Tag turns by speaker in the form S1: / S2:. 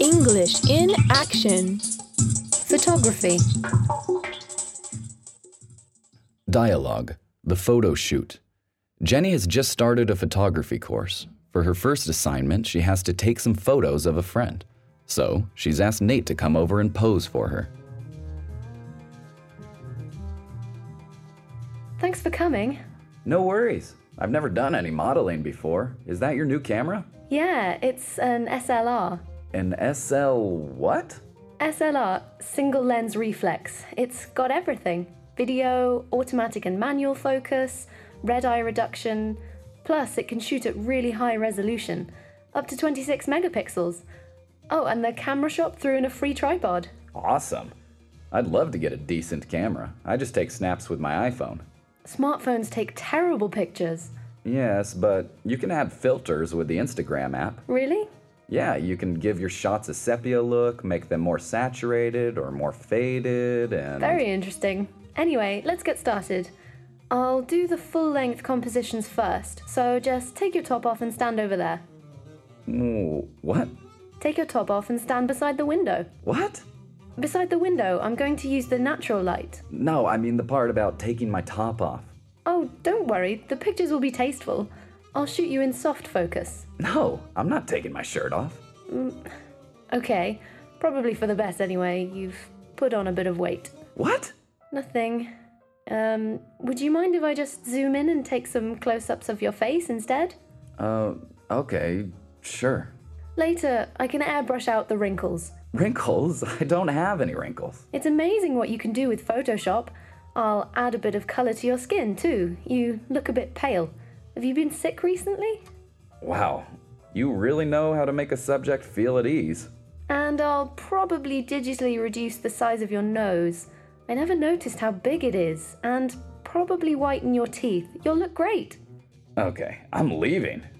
S1: English in action.
S2: Photography.
S3: Dialogue The Photo Shoot. Jenny has just started a photography course. For her first assignment, she has to take some photos of a friend. So, she's asked Nate to come over and pose for her.
S2: Thanks for coming.
S3: No worries. I've never done any modeling before. Is that your new camera?
S2: Yeah, it's an SLR.
S3: An SL what?
S2: SLR, single lens reflex. It's got everything video, automatic and manual focus, red eye reduction. Plus, it can shoot at really high resolution, up to 26 megapixels. Oh, and the camera shop threw in a free tripod.
S3: Awesome. I'd love to get a decent camera. I just take snaps with my iPhone.
S2: Smartphones take terrible pictures.
S3: Yes, but you can add filters with the Instagram app.
S2: Really?
S3: Yeah, you can give your shots a sepia look, make them more saturated or more faded, and.
S2: Very interesting. Anyway, let's get started. I'll do the full length compositions first, so just take your top off and stand over there.
S3: Ooh, what?
S2: Take your top off and stand beside the window.
S3: What?
S2: Beside the window, I'm going to use the natural light.
S3: No, I mean the part about taking my top off.
S2: Oh, don't worry, the pictures will be tasteful. I'll shoot you in soft focus.
S3: No, I'm not taking my shirt off.
S2: Okay, probably for the best anyway, you've put on a bit of weight.
S3: What?
S2: Nothing. Um, would you mind if I just zoom in and take some close ups of your face instead?
S3: Uh, okay, sure.
S2: Later, I can airbrush out the wrinkles.
S3: Wrinkles? I don't have any wrinkles.
S2: It's amazing what you can do with Photoshop. I'll add a bit of colour to your skin too. You look a bit pale. Have you been sick recently?
S3: Wow, you really know how to make a subject feel at ease.
S2: And I'll probably digitally reduce the size of your nose. I never noticed how big it is, and probably whiten your teeth. You'll look great.
S3: Okay, I'm leaving.